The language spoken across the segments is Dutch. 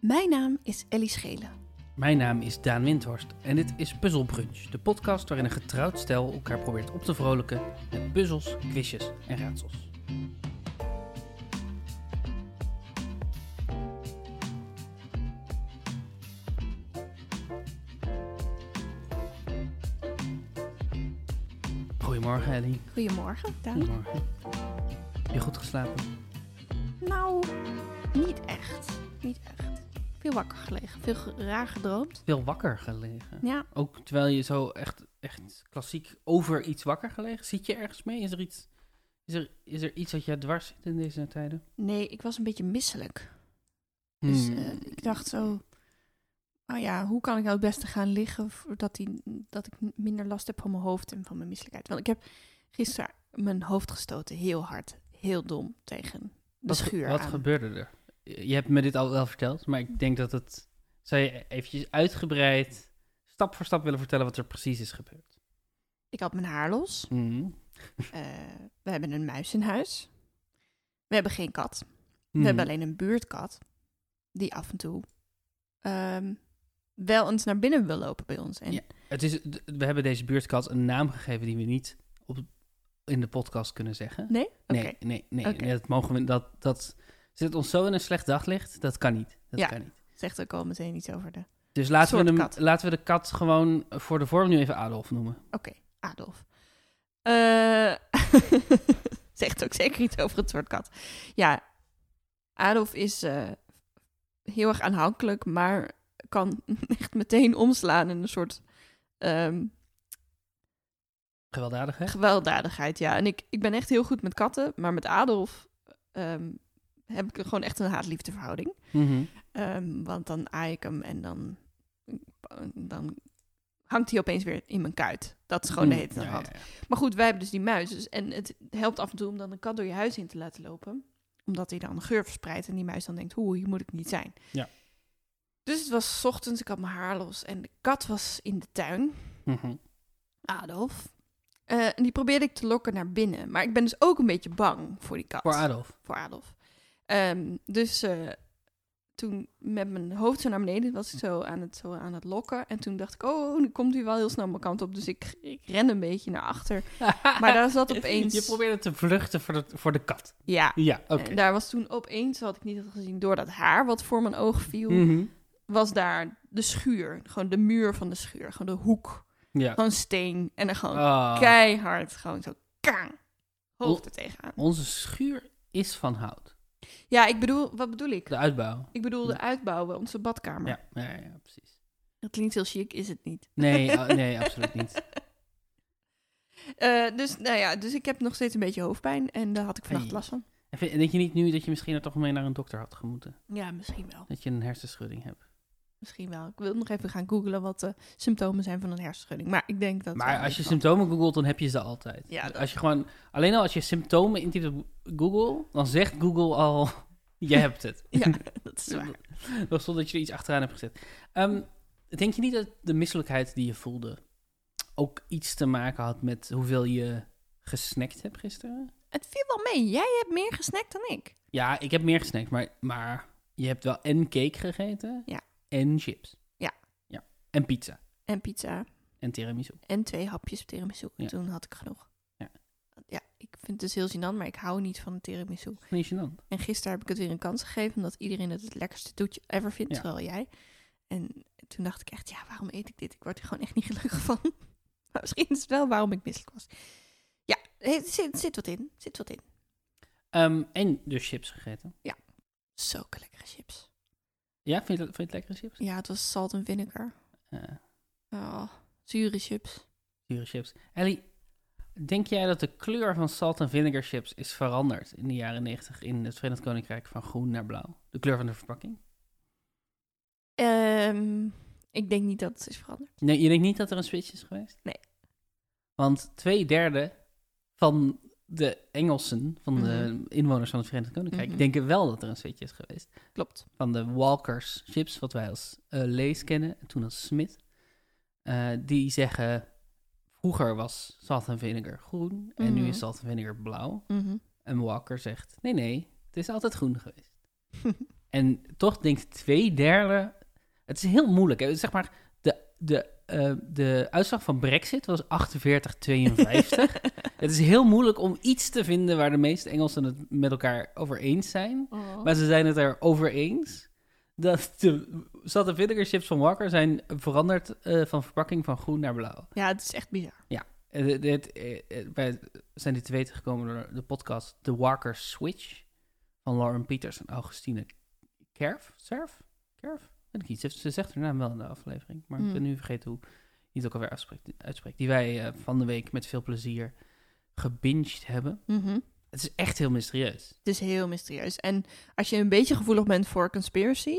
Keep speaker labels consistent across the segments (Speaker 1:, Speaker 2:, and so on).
Speaker 1: Mijn naam is Ellie Schelen.
Speaker 2: Mijn naam is Daan Windhorst en dit is Puzzle Brunch, de podcast waarin een getrouwd stel elkaar probeert op te vrolijken met puzzels, quizjes en raadsels. Goedemorgen Ellie.
Speaker 1: Goedemorgen, Daan.
Speaker 2: Goedemorgen. Heb je goed geslapen?
Speaker 1: Nou, niet echt. Niet echt. Veel wakker gelegen, veel ge- raar gedroomd.
Speaker 2: Veel wakker gelegen.
Speaker 1: Ja,
Speaker 2: Ook terwijl je zo echt, echt klassiek over iets wakker gelegen. Zit je ergens mee? Is er iets, is er, is er iets dat je dwars zit in deze tijden?
Speaker 1: nee, ik was een beetje misselijk. Dus eh, ik dacht zo, oh ja, hoe kan ik nou het beste gaan liggen voordat die, dat ik minder last heb van mijn hoofd en van mijn misselijkheid. Want ik heb gisteren mijn hoofd gestoten, heel hard, heel dom, tegen de
Speaker 2: wat, ge-
Speaker 1: schuur
Speaker 2: Wat
Speaker 1: aan.
Speaker 2: gebeurde er? Je hebt me dit al wel verteld, maar ik denk dat het... Zou je eventjes uitgebreid, stap voor stap willen vertellen wat er precies is gebeurd?
Speaker 1: Ik had mijn haar los. Eh, we hebben een muis in huis. We hebben geen kat. We hebben
Speaker 2: Hmm.
Speaker 1: alleen een buurtkat die af en toe ehm, wel eens naar binnen wil lopen bij ons. En
Speaker 2: Ja. Het is, d- we hebben deze buurtkat een naam gegeven die we niet op, in de podcast kunnen zeggen.
Speaker 1: Nee? Oké.
Speaker 2: Nee, nee, nee.
Speaker 1: Oké.
Speaker 2: nee, dat mogen we... Dat, dat zit ons zo in een slecht daglicht. Dat kan niet. Dat
Speaker 1: Ja.
Speaker 2: kan niet.
Speaker 1: Zegt ook al meteen iets over de...
Speaker 2: Dus laten we,
Speaker 1: Soort
Speaker 2: hem,
Speaker 1: kat.
Speaker 2: laten we de kat gewoon voor de vorm nu even Adolf noemen.
Speaker 1: Oké, Adolf. Eh, zegt ook zeker iets over het soort kat. Ja, Adolf is eh, heel erg aanhankelijk, maar kan echt meteen omslaan in een soort... ehm,
Speaker 2: Gewelddadig, hè?
Speaker 1: Gewelddadigheid, ja. En ik, ik ben echt heel goed met katten, maar met Adolf ehm, heb ik gewoon echt een haat-liefdeverhouding.
Speaker 2: Mhm.
Speaker 1: Ehm, want dan aai ik hem en dan, dan hangt hij opeens weer in mijn kuit. Dat is gewoon de
Speaker 2: Mm,
Speaker 1: hele tijd aan
Speaker 2: ja,
Speaker 1: de hand.
Speaker 2: ja, ja.
Speaker 1: Maar goed, wij hebben dus die muis. dus- en het helpt af en toe om dan een kat door je huis heen te laten lopen. Omdat hij dan geur verspreidt en die muis dan denkt, hoe, hier moet ik niet zijn.
Speaker 2: Ja.
Speaker 1: Dus het was 's ochtends, ik had mijn haar los en de kat was in de tuin.
Speaker 2: Mhm.
Speaker 1: Adolf. Eh, en die probeerde ik te lokken naar binnen. Maar ik ben dus ook een beetje bang voor die kat.
Speaker 2: Voor Adolf.
Speaker 1: Voor Adolf. Ehm, dus eh, toen met mijn hoofd zo naar beneden was ik zo aan, het, zo aan het lokken. En toen dacht ik, oh, nu komt hij wel heel snel mijn kant op. Dus ik, ik ren een beetje naar achter. Maar daar zat opeens...
Speaker 2: Je probeerde te vluchten voor de, voor de kat.
Speaker 1: Ja.
Speaker 2: Ja, oké.
Speaker 1: En daar was toen opeens, wat ik niet had gezien, door dat haar wat voor mijn oog viel,
Speaker 2: Mhm.
Speaker 1: was daar de schuur. Gewoon de muur van de schuur. Gewoon de hoek.
Speaker 2: Ja.
Speaker 1: Gewoon steen. En dan gewoon
Speaker 2: Ah.
Speaker 1: keihard. Gewoon zo kang. Hoofd er tegenaan.
Speaker 2: Onze schuur is van hout.
Speaker 1: Ja, ik bedoel, wat bedoel ik?
Speaker 2: De uitbouw.
Speaker 1: Ik bedoel de uitbouwen, onze badkamer.
Speaker 2: Ja, ja, ja, ja, precies.
Speaker 1: Dat klinkt heel chic, is het niet.
Speaker 2: Nee, oh, nee, absoluut niet.
Speaker 1: Eh, dus, nou ja, dus ik heb nog steeds een beetje hoofdpijn en daar had ik vannacht
Speaker 2: Ai.
Speaker 1: last van.
Speaker 2: En vind- denk je niet nu dat je misschien er toch mee naar een dokter had gemoeten?
Speaker 1: Ja, misschien wel.
Speaker 2: Dat je een hersenschudding hebt.
Speaker 1: Misschien wel. Ik wil nog even gaan googlen wat de symptomen zijn van een hersenschudding. Maar ik denk dat...
Speaker 2: Maar als je symptomen googelt, dan heb je ze altijd.
Speaker 1: Ja, dat-
Speaker 2: Als je gewoon, alleen al als je symptomen intypt op Google, dan zegt Google al, je hebt het.
Speaker 1: Ja, dat is waar.
Speaker 2: Dat stond dat je er iets achteraan hebt gezet. Ehm, denk je niet dat de misselijkheid die je voelde ook iets te maken had met hoeveel je gesnackt hebt gisteren?
Speaker 1: Het viel wel mee. Jij hebt meer gesnackt dan ik.
Speaker 2: Ja, ik heb meer gesnackt, maar, maar je hebt wel en cake gegeten.
Speaker 1: Ja.
Speaker 2: En chips.
Speaker 1: Ja.
Speaker 2: ja. En pizza.
Speaker 1: En pizza
Speaker 2: En tiramisu.
Speaker 1: en twee hapjes tiramisu. En
Speaker 2: Ja.
Speaker 1: toen had ik genoeg.
Speaker 2: Ja.
Speaker 1: ja, ik vind het dus heel gênant, maar ik hou niet van tiramisu.
Speaker 2: Niet gênant.
Speaker 1: En gisteren heb ik het weer een kans gegeven, omdat iedereen het het lekkerste toetje ever vindt,
Speaker 2: Ja.
Speaker 1: terwijl jij. En toen dacht ik echt, ja, waarom eet ik dit? Ik word er gewoon echt niet gelukkig van. Maar misschien is het wel waarom ik misselijk was. Ja, het zit, zit wat in, zit wat in.
Speaker 2: Ehm, en dus chips gegeten.
Speaker 1: Zulke lekkere chips.
Speaker 2: Ja, vind je, dat- vind je het lekkere chips?
Speaker 1: Ja, het was salt en vinegar.
Speaker 2: Ja.
Speaker 1: Oh, zure chips.
Speaker 2: Zure chips. Ellie, denk jij dat de kleur van salt en vinegar chips is veranderd in de jaren 90 in het Verenigd Koninkrijk van groen naar blauw? De kleur van de verpakking?
Speaker 1: Ehm, ik denk niet dat het is veranderd.
Speaker 2: Nee, je denkt niet dat er een switch is geweest?
Speaker 1: Nee.
Speaker 2: Want twee derde van de Engelsen, van
Speaker 1: Mhm.
Speaker 2: de inwoners van het Verenigd Koninkrijk,
Speaker 1: Mhm.
Speaker 2: denken wel dat er een switch is geweest.
Speaker 1: Klopt.
Speaker 2: Van de Walkers chips, wat wij als eh, Lees kennen, en toen als Smit, eh, die zeggen... Vroeger was salt en vinegar groen en nu
Speaker 1: Mhm.
Speaker 2: is salt en vinegar blauw.
Speaker 1: Mhm.
Speaker 2: En Walker zegt: Nee, nee, het is altijd groen geweest. En toch denkt twee derde... Het is heel moeilijk. Hè? Zeg maar, de, de, eh, de uitslag van Brexit was 48-52. het is heel moeilijk om iets te vinden waar de meeste Engelsen het met elkaar over eens zijn.
Speaker 1: Oh.
Speaker 2: Maar ze zijn het erover eens dat de zat de vinegar chips van Walker zijn veranderd eh, van verpakking van groen naar blauw.
Speaker 1: Ja, het is echt bizar.
Speaker 2: Eh, dit- dit, eh, eh, wij zijn dit te weten gekomen door de podcast The Walker Switch van Lauren Peters en Augustine Kerf. Serf? Kerf? Weet ik niet. Ze, ze zegt haar naam wel in de aflevering, maar ik ben
Speaker 1: Mm.
Speaker 2: nu vergeten hoe die het ook alweer uitspreekt. uitspreekt die wij eh, van de week met veel plezier gebinged hebben.
Speaker 1: Mhm.
Speaker 2: Het is echt heel mysterieus.
Speaker 1: Het is heel mysterieus. En als je een beetje gevoelig bent voor conspiracy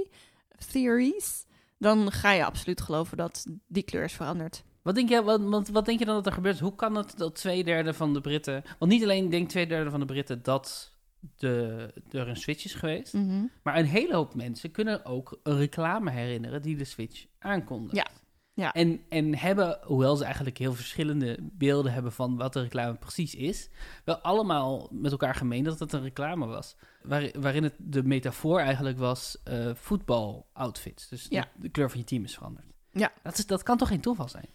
Speaker 1: theories, dan ga je absoluut geloven dat die kleur is veranderd.
Speaker 2: Wat denk, jij, wat, wat, wat denk je dan dat er gebeurt? Hoe kan het dat twee derde van de Britten... Want niet alleen denkt twee derde van de Britten dat de, er een switch is geweest...
Speaker 1: Mm.
Speaker 2: Maar een hele hoop mensen kunnen ook een reclame herinneren die de Switch aankondigt.
Speaker 1: Ja, ja.
Speaker 2: En, en hebben, hoewel ze eigenlijk heel verschillende beelden hebben van wat de reclame precies is, wel allemaal met elkaar gemeen dat het een reclame was. Waar, waarin het de metafoor eigenlijk was eh voetbaloutfits. Dus
Speaker 1: Ja.
Speaker 2: de, de kleur van je team is veranderd.
Speaker 1: Ja.
Speaker 2: Dat, is, dat kan toch geen toeval zijn?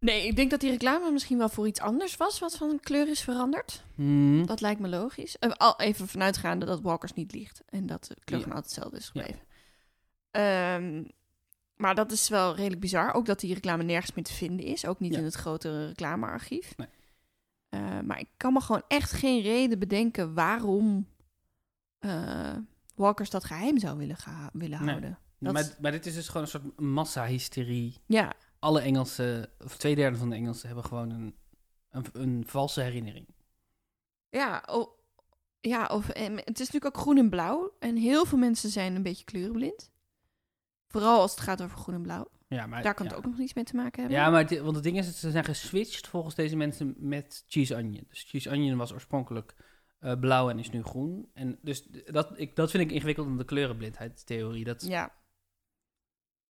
Speaker 1: Nee, ik denk dat die reclame misschien wel voor iets anders was, wat van kleur is veranderd.
Speaker 2: Hmm.
Speaker 1: Dat lijkt me logisch. Eh, Al even vanuitgaande dat Walkers niet liegt en dat de kleur
Speaker 2: Ja.
Speaker 1: van altijd hetzelfde is
Speaker 2: Ja.
Speaker 1: gebleven. Ehm, maar dat is wel redelijk bizar. Ook dat die reclame nergens meer te vinden is. Ook niet
Speaker 2: Ja.
Speaker 1: in het grotere reclamearchief.
Speaker 2: Nee.
Speaker 1: Eh, maar ik kan me gewoon echt geen reden bedenken waarom eh, Walkers dat geheim zou willen, geha- willen
Speaker 2: Nee.
Speaker 1: houden. dat-
Speaker 2: Maar, maar dit is dus gewoon een soort massahysterie
Speaker 1: Ja,
Speaker 2: alle Engelsen, of twee derde van de Engelsen, hebben gewoon een, een, een valse herinnering.
Speaker 1: Ja, o- ja of, en het is natuurlijk ook groen en blauw. En heel veel mensen zijn een beetje kleurenblind. Vooral als het gaat over groen en blauw.
Speaker 2: Ja, maar,
Speaker 1: Daar kan
Speaker 2: ja.
Speaker 1: het ook nog iets mee te maken hebben.
Speaker 2: Ja, maar het- want het ding is, dat ze zijn geswitcht volgens deze mensen met cheese onion. Dus cheese onion was oorspronkelijk eh, blauw en is nu groen. En dus d- dat, ik, dat vind ik ingewikkeld aan de kleurenblindheidstheorie. Dat,
Speaker 1: Ja,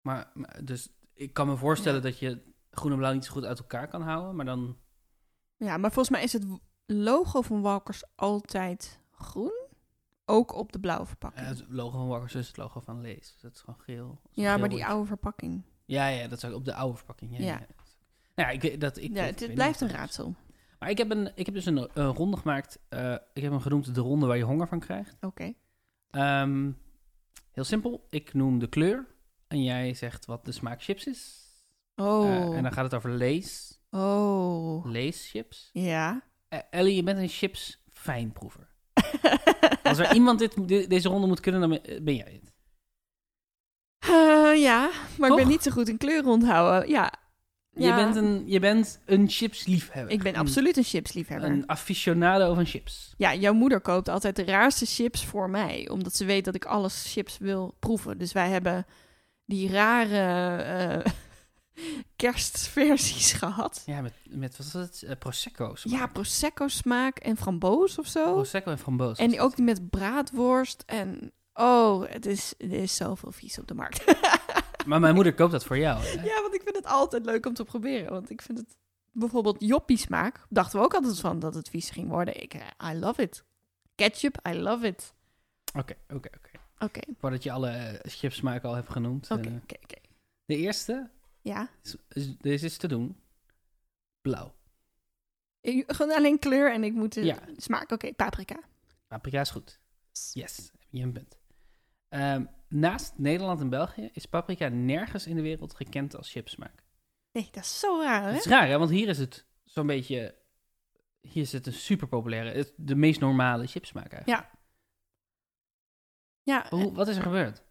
Speaker 2: maar, maar- dus ik kan me voorstellen dat je groen en blauw niet zo goed uit elkaar kan houden, maar dan...
Speaker 1: ja, maar volgens mij is het w- logo van Walkers altijd groen. Ook op de blauwe
Speaker 2: eh,
Speaker 1: verpakking.
Speaker 2: het logo van Walkers is het logo van Lees. Dus dat is gewoon geel. Dat
Speaker 1: ja,
Speaker 2: is
Speaker 1: maar
Speaker 2: gewoon geel
Speaker 1: die
Speaker 2: wordt.
Speaker 1: oude verpakking.
Speaker 2: Ja, ja, dat is op de oude verpakking. Ja, ja.
Speaker 1: Ja.
Speaker 2: ja. Nou ja, ik, weet- dat, ik,
Speaker 1: ja,
Speaker 2: ik
Speaker 1: het,
Speaker 2: weet
Speaker 1: blijft een
Speaker 2: niet of dat is.
Speaker 1: raadsel.
Speaker 2: Maar ik heb, een, ik heb dus een eh, ronde gemaakt. eh, ik heb hem genoemd de ronde waar je honger van krijgt.
Speaker 1: Oké.
Speaker 2: Ehm, heel simpel. Ik noem de kleur. En jij zegt wat de smaak chips is. Eh,
Speaker 1: Oh.
Speaker 2: en dan gaat het over Lees.
Speaker 1: oh.
Speaker 2: Lees chips.
Speaker 1: Ja.
Speaker 2: Eh, Ellie, je bent een chips fijnproever. Als er iemand dit, de- deze ronde moet kunnen, dan ben- ben jij het.
Speaker 1: Eh, ja, maar
Speaker 2: Toch?
Speaker 1: ik ben niet zo goed in kleuren onthouden. Ja.
Speaker 2: Je,
Speaker 1: Ja.
Speaker 2: bent een, Hmm. je bent een chipsliefhebber.
Speaker 1: Ik ben
Speaker 2: Een-
Speaker 1: absoluut een chipsliefhebber.
Speaker 2: Een aficionado van chips.
Speaker 1: Ja, jouw moeder koopt altijd de raarste chips voor mij. Omdat ze weet dat ik alles chips wil proeven. Dus wij hebben die rare eh, kerstversies gehad.
Speaker 2: Ja, met, met wat was het? Eh, Prosecco.
Speaker 1: Ja, Prosecco smaak en framboos of Oh, zo.
Speaker 2: Prosecco en framboos.
Speaker 1: en die ook die met braadworst. En oh, het is, er is zoveel vies op de markt.
Speaker 2: Maar mijn moeder koopt dat voor jou. hè?
Speaker 1: ja, want ik vind het altijd leuk om te proberen. Want ik vind het bijvoorbeeld joppie smaak. Dachten we ook altijd van dat het vies ging worden. Ik, eh, I love it. Ketchup, I love it.
Speaker 2: Oké, oké, oké.
Speaker 1: Oké,
Speaker 2: Voordat je alle eh, chipsmaken al hebt genoemd.
Speaker 1: oké,
Speaker 2: eh,
Speaker 1: oké, oké.
Speaker 2: de eerste
Speaker 1: Ja.
Speaker 2: Is- is- Deze is te doen. Blauw.
Speaker 1: Ik- Gewoon alleen kleur en ik moet de
Speaker 2: Ja.
Speaker 1: smaak. Oké, paprika.
Speaker 2: Paprika is goed. Yes, heb je een punt. Ehm, naast Nederland en België is paprika nergens in de wereld gekend als chipsmaak.
Speaker 1: Nee, dat is zo raar,
Speaker 2: Het
Speaker 1: hè?
Speaker 2: is raar, hè? Want hier is het zo'n beetje... Hier is het een superpopulaire, het- de meest normale chipsmaak eigenlijk.
Speaker 1: Ja,
Speaker 2: Hoe- wat is er gebeurd?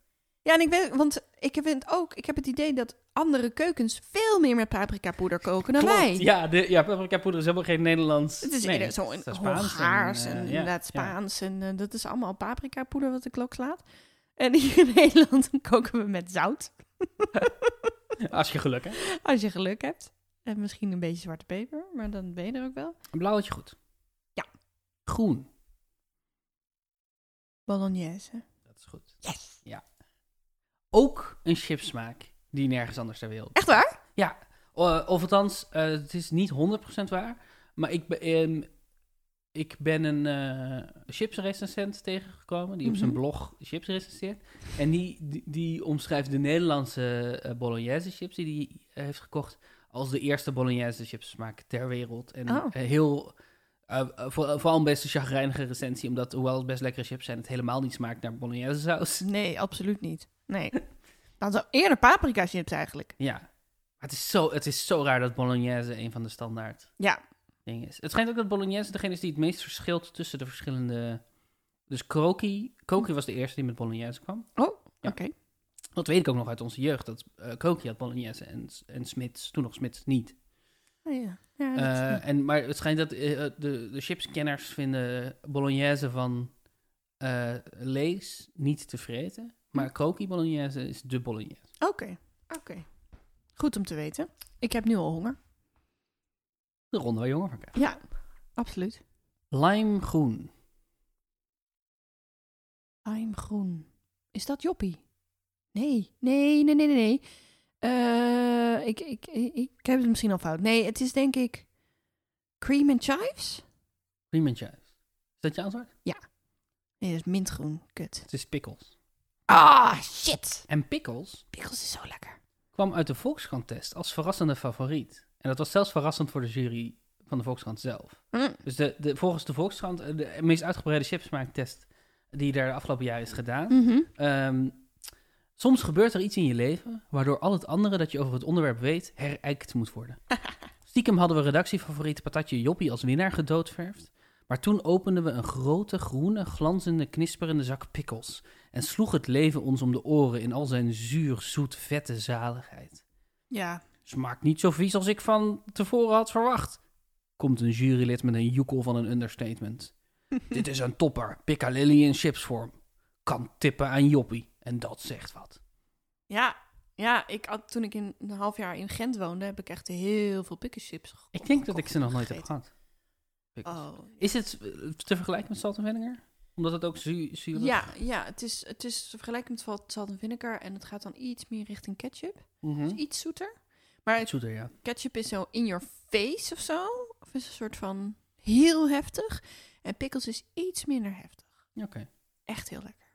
Speaker 1: ja en ik weet, want ik heb het ook, ik heb het idee dat andere keukens veel meer met paprika poeder koken dan wij.
Speaker 2: Ja, de, ja, paprika poeder is helemaal geen Nederlands...
Speaker 1: Het is
Speaker 2: Nee,
Speaker 1: eerder zo in
Speaker 2: het is
Speaker 1: Hongaars en,
Speaker 2: eh, ja,
Speaker 1: inderdaad
Speaker 2: ja.
Speaker 1: Spaans. En eh, dat is allemaal paprika poeder wat de klok slaat. En hier in Nederland koken we met zout,
Speaker 2: Als je geluk hebt.
Speaker 1: als je geluk hebt. En misschien een beetje zwarte peper, maar dan ben je er ook wel.
Speaker 2: Blauw had je goed.
Speaker 1: Ja.
Speaker 2: Groen.
Speaker 1: Bolognese.
Speaker 2: Dat is goed.
Speaker 1: Yes!
Speaker 2: Ook een chipsmaak die nergens anders ter wereld
Speaker 1: Echt waar?
Speaker 2: eh, O- of althans, eh, het is niet 100% waar. Maar ik, be- ehm, ik ben een eh chipsrecensent tegengekomen die op zijn
Speaker 1: Mhm.
Speaker 2: blog chips recenseert. En die, die, die omschrijft de Nederlandse eh, bolognese chips die hij eh, heeft gekocht als de eerste bolognese chips smaak ter wereld. En
Speaker 1: Oh.
Speaker 2: eh, heel, eh, eh, voor- vooral een best een chagrijnige recensie, omdat hoewel het best lekkere chips zijn, het helemaal niet smaakt naar bolognese saus.
Speaker 1: Nee, absoluut niet. Nee. Dan zou eerder paprika chips eigenlijk.
Speaker 2: Ja, maar het is, zo, het is zo raar dat bolognese een van de standaard
Speaker 1: Ja.
Speaker 2: dingen is. Het schijnt ook dat bolognese degene is die het meest verschilt tussen de verschillende... Dus croquis, croquis was de eerste die met bolognese kwam. Ja.
Speaker 1: Oké.
Speaker 2: Dat weet ik ook nog uit onze jeugd, dat eh Kroki had Bolognese en, en Smits, toen nog Smits, niet.
Speaker 1: Ah, ja. Ja, dat-
Speaker 2: Eh, en, maar het schijnt dat eh, eh, de, de chipskenners vinden Bolognese van eh, Lees niet te vreten. Maar Kroki Bolognese is de Bolognese.
Speaker 1: Oké. Oké. Goed om te weten. Ik heb nu al honger.
Speaker 2: De ronde waar jongen van krijgt.
Speaker 1: Ja, absoluut.
Speaker 2: Limegroen.
Speaker 1: Limegroen. Is dat Joppie? Nee, nee, nee, nee, nee. nee. Eh, ik, ik, ik, ik heb het misschien al fout. Nee, het is denk ik cream and chives?
Speaker 2: Cream and chives. Is dat je antwoord?
Speaker 1: Nee, dat is mintgroen. Kut.
Speaker 2: Het is pickles.
Speaker 1: Ah, shit.
Speaker 2: En pickles
Speaker 1: Pickles is zo lekker.
Speaker 2: kwam uit de Volkskrant-test als verrassende favoriet. En dat was zelfs verrassend voor de jury van de Volkskrant zelf.
Speaker 1: Mm.
Speaker 2: Dus de, de, volgens de Volkskrant, eh, de meest uitgebreide chipsmaaktest die er de afgelopen jaar is gedaan.
Speaker 1: Mhm.
Speaker 2: Ehm, soms gebeurt er iets in je leven waardoor al het andere dat je over het onderwerp weet herijkt moet worden. Stiekem hadden we redactiefavoriet Patatje Joppie als winnaar gedoodverfd. Maar toen openden we een grote, groene, glanzende, knisperende zak pikkels. En sloeg het leven ons om de oren in al zijn zuur, zoet, vette zaligheid.
Speaker 1: Ja.
Speaker 2: Smaakt niet zo vies als ik van tevoren had verwacht. Komt een jurylid met een joekel van een understatement. Dit is een topper, Piccalilli in chipsvorm. Kan tippen aan Joppie, en dat zegt wat.
Speaker 1: Ja, ja ik had, toen ik in een half jaar in Gent woonde, heb ik echt heel veel pikkenchips gegeten.
Speaker 2: Ik denk dat ik ze nog nooit heb
Speaker 1: Gegeten.
Speaker 2: gehad. Pickles.
Speaker 1: Oh.
Speaker 2: Is het eh, te vergelijken met Salt en Vinegar? Omdat het ook zu zuur is?
Speaker 1: Ja, ja het, is, het is vergelijkend met wat zout en vinegar en het gaat dan iets meer richting ketchup.
Speaker 2: Mhm.
Speaker 1: Dus iets zoeter. Maar
Speaker 2: Iets zoeter, ja. Nou,
Speaker 1: ketchup is zo in your face of zo. Of is een soort van heel heftig. En pickles is iets minder heftig.
Speaker 2: Oké.
Speaker 1: Echt heel lekker.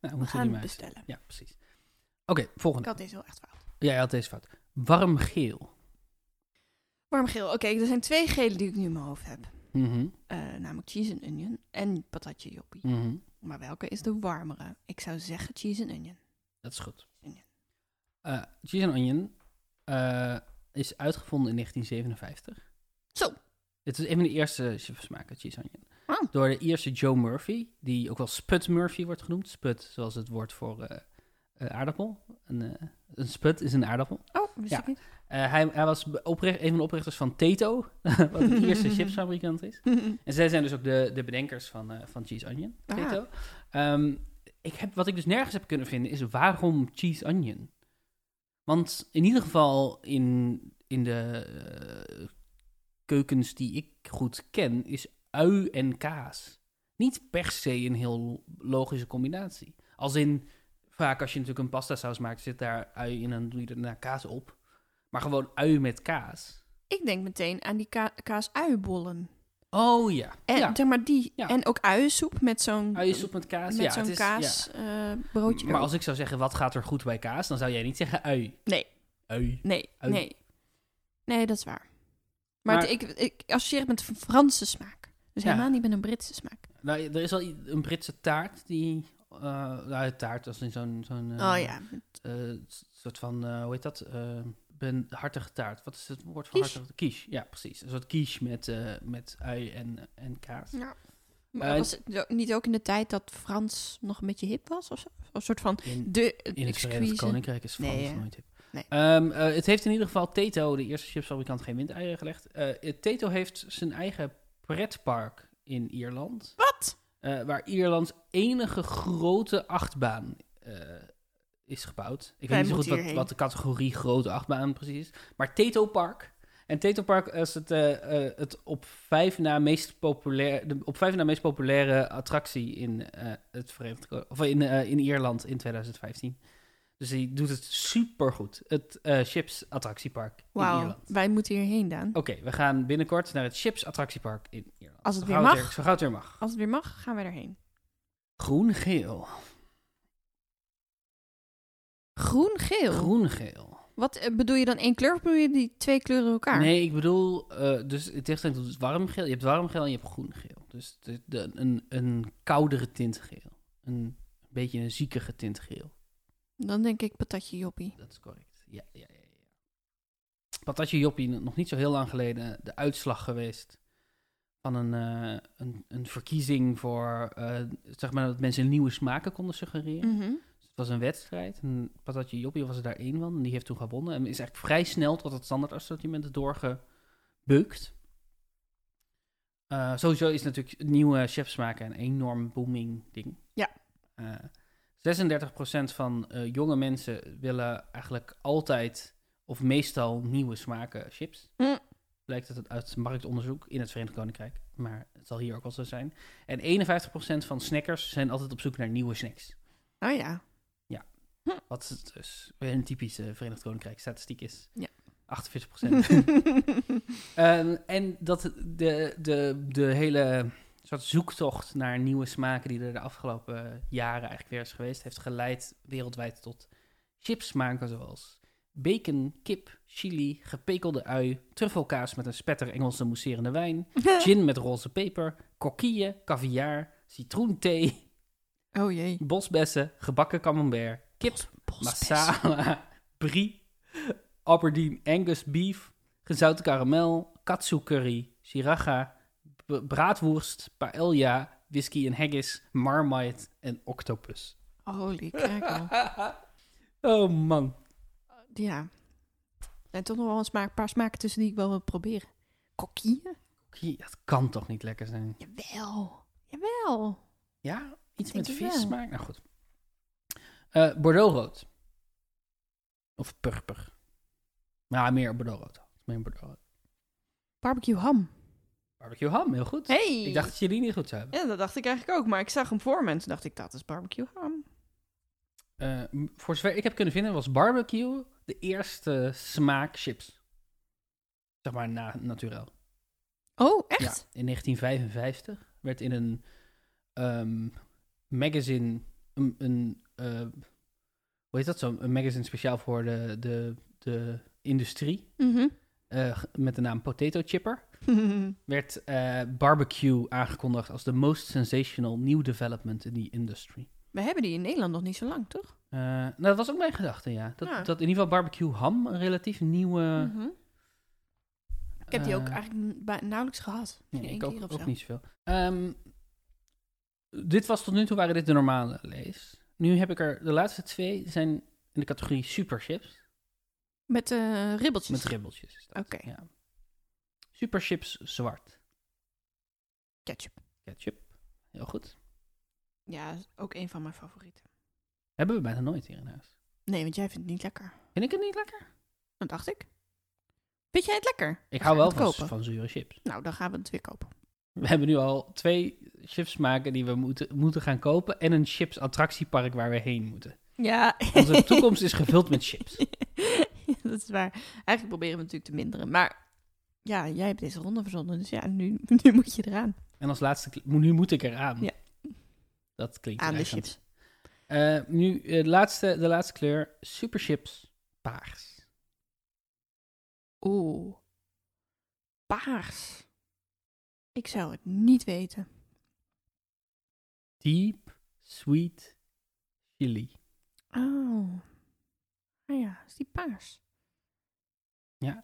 Speaker 2: Nou,
Speaker 1: We gaan
Speaker 2: moeten die
Speaker 1: het
Speaker 2: maar eens-
Speaker 1: bestellen.
Speaker 2: Ja, precies. Oké,
Speaker 1: Ik
Speaker 2: volgende.
Speaker 1: had deze heel echt fout.
Speaker 2: Jij had deze fout. Warm geel.
Speaker 1: Warm geel. Oké, er zijn twee gele die ik nu in mijn hoofd heb.
Speaker 2: Mhm,
Speaker 1: Eh, namelijk cheese en onion en patatje joppie.
Speaker 2: mhm.
Speaker 1: Maar welke is de warmere? Ik zou zeggen cheese en onion.
Speaker 2: Dat is goed.
Speaker 1: Onion.
Speaker 2: Eh, cheese and onion eh, is uitgevonden in 1957.
Speaker 1: Zo.
Speaker 2: Dit is een van de eerste chipsmaken, cheese and onion.
Speaker 1: Oh.
Speaker 2: Door de eerste Joe Murphy, die ook wel Spud Murphy wordt genoemd. Spud, zoals het woord voor eh, eh, aardappel. Een, eh, een spud is een aardappel.
Speaker 1: Oh, wist
Speaker 2: Ja.
Speaker 1: ik niet.
Speaker 2: Eh, hij, hij was be- opricht, een van de oprichters van Tato, wat de eerste chipsfabrikant is. En zij zijn dus ook de, de bedenkers van, eh, van Cheese Onion.
Speaker 1: Ah.
Speaker 2: Tato. Ehm, ik heb, wat ik dus nergens heb kunnen vinden is waarom Cheese Onion? Want in ieder geval in, in de eh, keukens die ik goed ken, is ui en kaas niet per se een heel logische combinatie. Als in, vaak als je natuurlijk een pasta saus maakt, zit daar ui in en doe je er daarna kaas op. Maar gewoon ui met kaas.
Speaker 1: Ik denk meteen aan die ka kaas-uibollen.
Speaker 2: Oh ja.
Speaker 1: En,
Speaker 2: ja.
Speaker 1: zeg maar die,
Speaker 2: Ja.
Speaker 1: en ook uiensoep met zo'n
Speaker 2: Uiensoep met kaas.
Speaker 1: met
Speaker 2: ja,
Speaker 1: zo'n eh,
Speaker 2: het is- ja.
Speaker 1: kaasbroodje.
Speaker 2: Maar als ik zou zeggen, wat gaat er goed bij kaas? Dan zou jij niet zeggen ui.
Speaker 1: Nee.
Speaker 2: Ui.
Speaker 1: Nee,
Speaker 2: Ui.
Speaker 1: nee. Nee, dat is waar. Maar,
Speaker 2: Maar-
Speaker 1: het- ik, ik associeer het met een Franse smaak. Dus
Speaker 2: Ja.
Speaker 1: helemaal niet met een Britse smaak.
Speaker 2: Nou, er is wel i- een Britse taart die... eh nou, taart als in zo'n... zo'n eh,
Speaker 1: oh ja.
Speaker 2: eh, s- soort van, eh, hoe heet dat? Eh, ben hartige taart. Wat is het woord voor
Speaker 1: Quiche.
Speaker 2: hartige? Quiche, ja precies. Een soort quiche met, eh, met ui en, en kaas.
Speaker 1: ja. Maar
Speaker 2: Eh,
Speaker 1: was het ook niet ook in de tijd dat Frans nog een beetje hip was? Of zo? Of een soort van
Speaker 2: In,
Speaker 1: de
Speaker 2: in het Verenigd
Speaker 1: exquise-
Speaker 2: Koninkrijk is Frans
Speaker 1: Nee, hè?
Speaker 2: nooit hip.
Speaker 1: Nee.
Speaker 2: Ehm, eh, het heeft in ieder geval Teto, de eerste chipsfabrikant, geen windeieren gelegd. Eh Teto heeft zijn eigen pretpark in Ierland.
Speaker 1: Wat?
Speaker 2: Eh, waar Ierlands enige grote achtbaan eh, is gebouwd.
Speaker 1: Wij
Speaker 2: Ik weet niet zo
Speaker 1: moeten
Speaker 2: goed wat,
Speaker 1: hierheen.
Speaker 2: wat de categorie grote achtbaan precies is. Maar Teto Park. En Teto Park is het, eh, eh, het op, vijf na meest populair, de op vijf na meest populaire attractie in, eh, het Verenigd, Ko- of in, eh, in Ierland in 2015. Dus die doet het supergoed. Het eh, Chips Attractiepark in
Speaker 1: Wauw,
Speaker 2: Ierland. Oh,
Speaker 1: wij moeten hierheen, Daan.
Speaker 2: Oké, we gaan binnenkort naar het Chips Attractiepark in Ierland.
Speaker 1: Als het
Speaker 2: Zo
Speaker 1: weer
Speaker 2: gauw
Speaker 1: mag.
Speaker 2: zo gauw het weer mag.
Speaker 1: Als het weer mag, gaan wij erheen.
Speaker 2: Groen-geel.
Speaker 1: Groen-geel.
Speaker 2: Groen-geel.
Speaker 1: Wat eh, bedoel je dan één kleur of bedoel je die twee kleuren elkaar?
Speaker 2: Nee, ik bedoel, eh, dus het is dus warmgeel. Je hebt warmgeel en je hebt groen-geel. Dus de, de- een, een koudere tint geel. Een beetje een ziekere tint geel.
Speaker 1: Dan denk ik patatje joppie.
Speaker 2: Dat is correct. Ja, ja, ja. ja. Patatje Joppie, nog niet zo heel lang geleden de uitslag geweest van een, eh, een, een verkiezing voor, eh, zeg maar, dat mensen nieuwe smaken konden suggereren.
Speaker 1: Mhm.
Speaker 2: Dus Het was een wedstrijd en Patatje Joppie was er daar één van en die heeft toen gewonnen. En is eigenlijk vrij snel tot het standaard assortiment doorgebukt. Eh, sowieso is natuurlijk nieuwe chefsmaken een enorm booming ding.
Speaker 1: Ja.
Speaker 2: Eh, 36% van eh, jonge mensen willen eigenlijk altijd of meestal nieuwe smaken chips.
Speaker 1: Mm.
Speaker 2: Blijkt het uit marktonderzoek in het Verenigd Koninkrijk. Maar het zal hier ook wel zo zijn. En 51% van snackers zijn altijd op zoek naar nieuwe snacks.
Speaker 1: Oh ja.
Speaker 2: Wat het dus weer een typische Verenigd Koninkrijk statistiek is.
Speaker 1: Ja.
Speaker 2: 48 en, Ehm, en dat de, de, de hele soort zoektocht naar nieuwe smaken die er de afgelopen jaren eigenlijk weer is geweest, heeft geleid wereldwijd tot chipsmaken zoals bacon, kip, chili, gepekelde ui, truffelkaas met een spetter Engelse mousserende wijn, gin met roze peper, kokieën, caviar, citroenthee,
Speaker 1: oh jee.
Speaker 2: bosbessen, gebakken camembert, kip,
Speaker 1: Bos-
Speaker 2: Masala, eh, brie, Aberdeen Angus beef, gezouten karamel, katsu curry, sriracha, b- braadwoerst, paella, whisky en haggis, marmite en octopus.
Speaker 1: Holy crackle.
Speaker 2: oh man.
Speaker 1: ja. En toch nog wel een smaak, paar smaken tussen die ik wel wil proberen. Kokkie?
Speaker 2: Kie, Dat kan toch niet lekker zijn?
Speaker 1: Jawel. Jawel.
Speaker 2: Ja, iets
Speaker 1: Denk
Speaker 2: met
Speaker 1: het
Speaker 2: vis
Speaker 1: wel.
Speaker 2: smaak. Nou goed. Eh Bordeauxrood. Of purper. Ja, meer Bordeauxrood. Meer Bordeauxrood.
Speaker 1: Barbecue ham.
Speaker 2: Barbecue ham, heel goed.
Speaker 1: Hey.
Speaker 2: Ik dacht dat jullie niet goed zouden.
Speaker 1: Ja, dat dacht ik eigenlijk ook. Maar ik zag hem voor me en toen dacht ik, dat is barbecue ham.
Speaker 2: Eh, m- voor zover ik heb kunnen vinden, was barbecue de eerste smaak chips. Zeg maar na naturel.
Speaker 1: Oh,
Speaker 2: Ja,
Speaker 1: echt?
Speaker 2: in 1955 werd in een ehm, magazine, een, een eh, hoe heet dat zo? Een magazine speciaal voor de, de, de industrie,
Speaker 1: Mhm.
Speaker 2: eh, g- met de naam Potato Chipper, werd eh, barbecue aangekondigd als the most sensational new development in the industry.
Speaker 1: We hebben die in Nederland nog niet zo lang, toch?
Speaker 2: Eh, nou, dat was ook mijn gedachte, ja. Dat,
Speaker 1: Ja.
Speaker 2: dat in ieder geval barbecue ham een relatief nieuwe...
Speaker 1: Mhm. Ik heb die ook
Speaker 2: eh,
Speaker 1: eigenlijk n- bij- nauwelijks gehad.
Speaker 2: nee,
Speaker 1: Misschien één
Speaker 2: ik
Speaker 1: keer
Speaker 2: ook,
Speaker 1: of
Speaker 2: ook
Speaker 1: zo.
Speaker 2: niet zoveel. Ehm, dit was tot nu toe, waren dit de normale lees. Nu heb ik er, de laatste twee zijn in de categorie superchips.
Speaker 1: Met eh, ribbeltjes.
Speaker 2: Met ribbeltjes. is dat.
Speaker 1: Oké.
Speaker 2: Ja. Superchips zwart.
Speaker 1: Ketchup.
Speaker 2: Ketchup. Heel goed.
Speaker 1: Ja, is ook een van mijn favorieten.
Speaker 2: Hebben we bijna nooit hier in huis.
Speaker 1: Nee, want jij vindt het niet lekker.
Speaker 2: Vind ik het niet lekker?
Speaker 1: Dat dacht ik. Vind jij het lekker?
Speaker 2: Ik
Speaker 1: Dan
Speaker 2: hou
Speaker 1: gaan
Speaker 2: wel
Speaker 1: we
Speaker 2: van,
Speaker 1: het kopen.
Speaker 2: van zure chips.
Speaker 1: Nou, dan gaan we het weer kopen.
Speaker 2: We hebben nu al twee chips maken die we moeten, moeten gaan kopen. En een chips attractiepark waar we heen moeten.
Speaker 1: Ja.
Speaker 2: Onze toekomst is gevuld met chips.
Speaker 1: dat is waar. Eigenlijk proberen we natuurlijk te minderen. Maar ja, jij hebt deze ronde verzonnen. Dus ja, nu, nu moet je eraan.
Speaker 2: En als laatste, kli- nu moet ik eraan.
Speaker 1: Ja.
Speaker 2: Dat klinkt
Speaker 1: Aan de
Speaker 2: dreigend.
Speaker 1: chips.
Speaker 2: Eh, nu eh, de, laatste, de laatste kleur, superchips, paars.
Speaker 1: Oeh. Paars. Ik zou het niet weten.
Speaker 2: Deep, sweet, chili.
Speaker 1: Oh. Ah ja, is die paars?
Speaker 2: Ja.
Speaker 1: Ik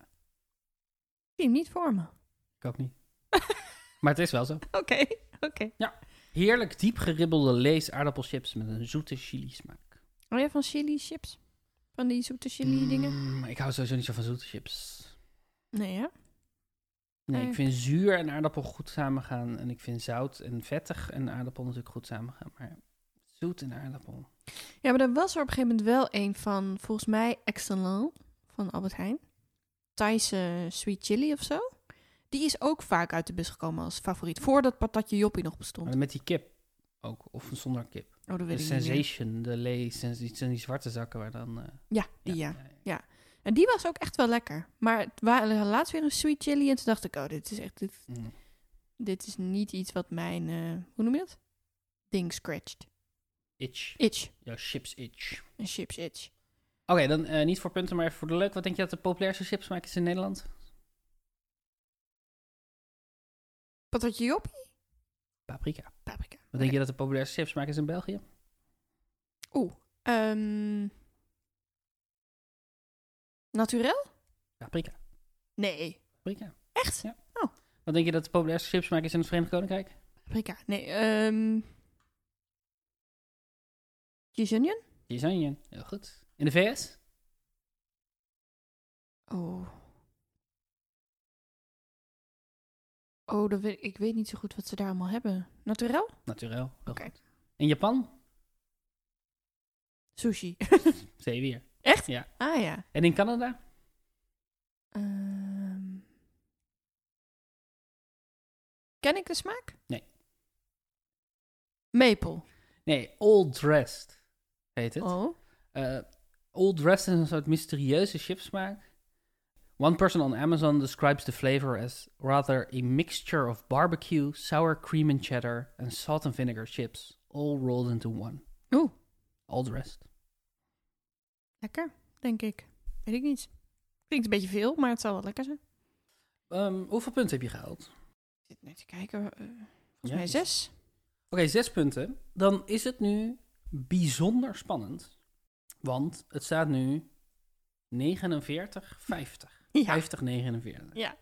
Speaker 1: zie hem niet voor me.
Speaker 2: Ik ook niet. Maar het is wel zo.
Speaker 1: Oké, oké.
Speaker 2: Heerlijk diep geribbelde lees aardappelchips met een zoete chili smaak.
Speaker 1: Oh ja, van chili chips? Van die zoete chili dingen?
Speaker 2: Mm, ik hou sowieso niet zo van zoete chips.
Speaker 1: Nee, hè?
Speaker 2: Nee,
Speaker 1: Ah,
Speaker 2: ik
Speaker 1: ja.
Speaker 2: vind zuur en aardappel goed samengaan. En ik vind zout en vettig en aardappel natuurlijk goed samengaan. Maar zoet en aardappel.
Speaker 1: Ja, maar er was er op een gegeven moment wel een van, volgens mij, Excellent van Albert Heijn. Thaise sweet chili of zo. Die is ook vaak uit de bus gekomen als favoriet. Voordat patatje joppie nog bestond.
Speaker 2: Maar met die kip ook. Of zonder kip.
Speaker 1: Oh, dat
Speaker 2: De
Speaker 1: weet ik niet meer.
Speaker 2: Sensation, de Lee, sens- iets in die zwarte zakken waar dan... eh,
Speaker 1: Ja, die ja. En die was ook echt wel lekker. Maar het waren laatst weer een sweet chili. En toen dacht ik, oh, dit is echt... Dit,
Speaker 2: Mm.
Speaker 1: dit is niet iets wat mijn... eh, hoe noem je dat? Ding scratched.
Speaker 2: Itch.
Speaker 1: Itch.
Speaker 2: Jouw chips itch.
Speaker 1: Een chips itch.
Speaker 2: Oké, dan eh, niet voor punten, maar even voor de leuk. Wat denk je dat de populairste chipsmaak is in Nederland?
Speaker 1: Patatje Joppie?
Speaker 2: Paprika. Wat
Speaker 1: Paprika.
Speaker 2: denk je dat de populairste chipsmaak is in België?
Speaker 1: Ehm, naturel?
Speaker 2: Paprika.
Speaker 1: Nee.
Speaker 2: Paprika.
Speaker 1: Echt?
Speaker 2: Ja.
Speaker 1: Oh.
Speaker 2: Wat denk je dat de populairste chipsmaak is in het Verenigd Koninkrijk?
Speaker 1: Paprika. Nee. ehm cheese onion?
Speaker 2: Cheese onion. Heel goed. In de VS?
Speaker 1: Oh. Oh, dat weet, ik weet niet zo goed wat ze daar allemaal hebben. Naturel?
Speaker 2: Naturel. Heel
Speaker 1: Oké.
Speaker 2: goed. In Japan?
Speaker 1: Sushi.
Speaker 2: Zeewier.
Speaker 1: Echt?
Speaker 2: Ja.
Speaker 1: Ah ja.
Speaker 2: En in Canada?
Speaker 1: Ehm. ken ik de smaak?
Speaker 2: Nee.
Speaker 1: Maple.
Speaker 2: Nee, Old Dressed heet het.
Speaker 1: Oh.
Speaker 2: Eh, Old Dressed is een soort mysterieuze chipsmaak. One person on Amazon describes the flavor as rather a mixture of barbecue, sour cream and cheddar, and salt and vinegar chips, all rolled into one.
Speaker 1: Oeh.
Speaker 2: Old Dressed.
Speaker 1: Lekker, denk ik. Weet ik niet. Klinkt een beetje veel, maar het zal wel lekker zijn.
Speaker 2: Ehm, hoeveel punten heb je gehaald?
Speaker 1: Ik zit nu te kijken. eh, volgens
Speaker 2: Ja,
Speaker 1: mij
Speaker 2: is-
Speaker 1: zes.
Speaker 2: Oké, zes punten. Dan is het nu bijzonder spannend. Want het staat nu 49, 50.
Speaker 1: Ja.
Speaker 2: 50, 49.
Speaker 1: Ja.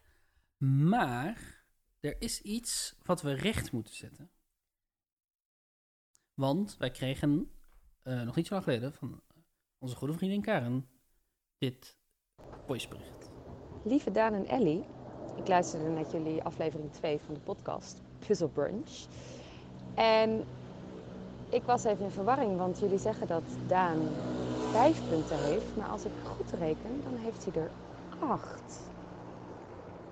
Speaker 2: Maar er is iets wat we recht moeten zetten. Want wij kregen eh, nog niet zo lang geleden van onze goede vriendin Karen dit voicebericht.
Speaker 3: Lieve Daan en Ellie, ik luisterde naar jullie aflevering 2 van de podcast Puzzle Brunch. En ik was even in verwarring, want jullie zeggen dat Daan 5 punten heeft, maar als ik goed reken, dan heeft hij er 8.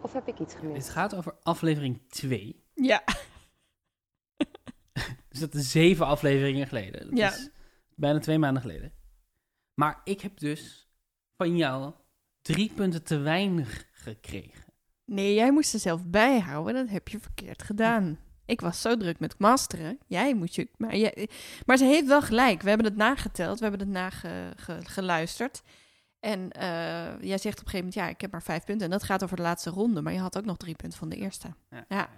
Speaker 3: Of heb ik iets
Speaker 2: Dit
Speaker 3: gemist?
Speaker 2: gaat over aflevering 2.
Speaker 1: Ja.
Speaker 2: Dus dat is zeven afleveringen geleden. Dat
Speaker 1: Ja.
Speaker 2: is bijna twee maanden geleden. Maar ik heb dus van jou drie punten te weinig gekregen.
Speaker 1: Nee, jij moest er zelf bijhouden. Dat heb je verkeerd gedaan. Ik was zo druk met masteren. Jij moet je... Maar, jij- maar ze heeft wel gelijk. We hebben het nageteld. We hebben het nageluisterd. En eh, jij zegt op een gegeven moment... Ja, ik heb maar vijf punten. En dat gaat over de laatste ronde. Maar je had ook nog drie punten van de eerste. Oké. Ja.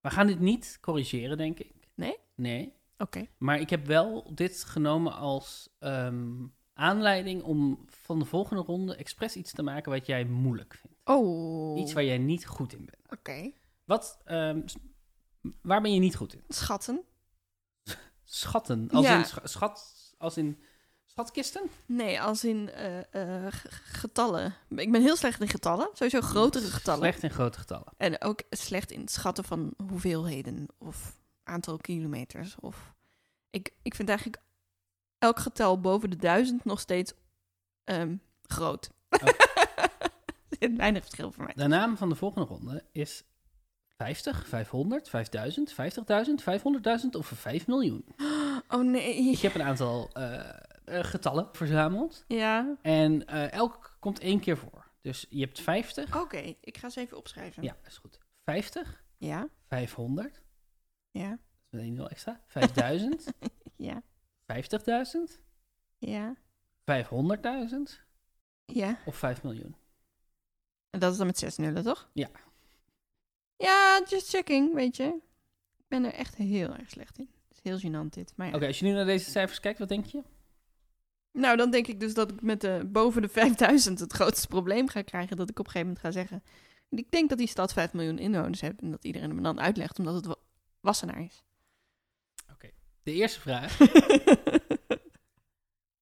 Speaker 2: We gaan dit niet corrigeren, denk ik.
Speaker 1: Nee?
Speaker 2: Nee. Maar ik heb wel dit genomen als ehm, aanleiding om van de volgende ronde expres iets te maken wat jij moeilijk vindt.
Speaker 1: Oh.
Speaker 2: Iets waar jij niet goed in bent.
Speaker 1: Oké.
Speaker 2: Wat, ehm, s- waar ben je niet goed in?
Speaker 1: Schatten?
Speaker 2: Schatten. Als
Speaker 1: Ja.
Speaker 2: in scha- schat, als in schatkisten?
Speaker 1: Nee, als in eh, eh, g- getallen. Ik ben heel slecht in getallen. Sowieso grotere getallen.
Speaker 2: Slecht in grote getallen.
Speaker 1: En ook slecht in het schatten van hoeveelheden of aantal kilometers. Of... Ik, ik vind eigenlijk elk getal boven de duizend nog steeds ehm, groot.
Speaker 2: Oh.
Speaker 1: er zit weinig verschil voor mij.
Speaker 2: De naam van de volgende ronde is 50, 500, 5000, 50.000, 500.000 of 5 miljoen.
Speaker 1: Oh nee.
Speaker 2: Ik heb een aantal eh, eh, getallen verzameld
Speaker 1: Ja.
Speaker 2: en eh, elk komt één keer voor. Dus je hebt 50,
Speaker 1: Oké, ik ga ze even opschrijven.
Speaker 2: ja, is goed. 50,
Speaker 1: Ja.
Speaker 2: 500, dat
Speaker 1: Ja.
Speaker 2: is meteen wel extra, 5000,
Speaker 1: Ja.
Speaker 2: 50.000,
Speaker 1: Ja.
Speaker 2: 500.000
Speaker 1: Ja.
Speaker 2: of 5 miljoen.
Speaker 1: En dat is dan met zes nullen, toch?
Speaker 2: Ja.
Speaker 1: Ja, just checking, weet je. Ik ben er echt heel erg slecht in. Het is heel gênant dit, maar ja.
Speaker 2: Oké, als je nu naar deze cijfers kijkt, wat denk je?
Speaker 1: Nou, dan denk ik dus dat ik met de boven de 5000 het grootste probleem ga krijgen. Dat ik op een gegeven moment ga zeggen. Ik denk dat die stad 5 miljoen inwoners heeft. En dat iedereen me dan uitlegt omdat het wa- Wassenaar is.
Speaker 2: De eerste vraag,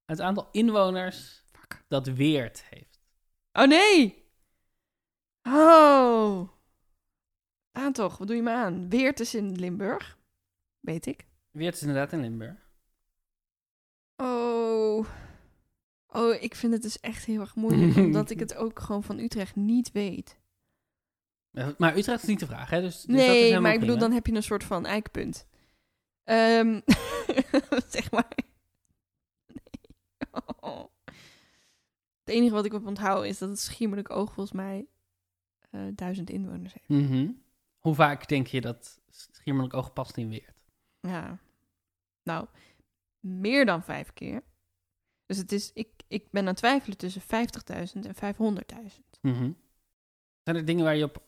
Speaker 2: het aantal inwoners
Speaker 1: Fuck.
Speaker 2: dat Weert heeft.
Speaker 1: Oh nee! Oh! Aan toch, wat doe je me aan? Weert is in Limburg. Weet ik.
Speaker 2: Weert is inderdaad in Limburg.
Speaker 1: Oh. Oh, ik vind het dus echt heel erg moeilijk. omdat ik het ook gewoon van Utrecht niet weet.
Speaker 2: Maar Utrecht is niet de vraag, hè? Dus, dus dat is
Speaker 1: nee,
Speaker 2: helemaal
Speaker 1: maar ik bedoel,
Speaker 2: prima.
Speaker 1: dan heb je een soort van eikpunt. Eh, Ehm, zeg maar. Nee. Oh. Het enige wat ik op onthoud is dat het Schiermonnik Oog volgens mij eh, duizend inwoners heeft.
Speaker 2: Mhm. Hoe vaak denk je dat Schiermonnik Oog past in Weert?
Speaker 1: Ja. Nou, meer dan vijf keer. Dus het is, ik, ik ben aan het twijfelen tussen 50.000 en 500.000.
Speaker 2: Mhm. Zijn er dingen waar je op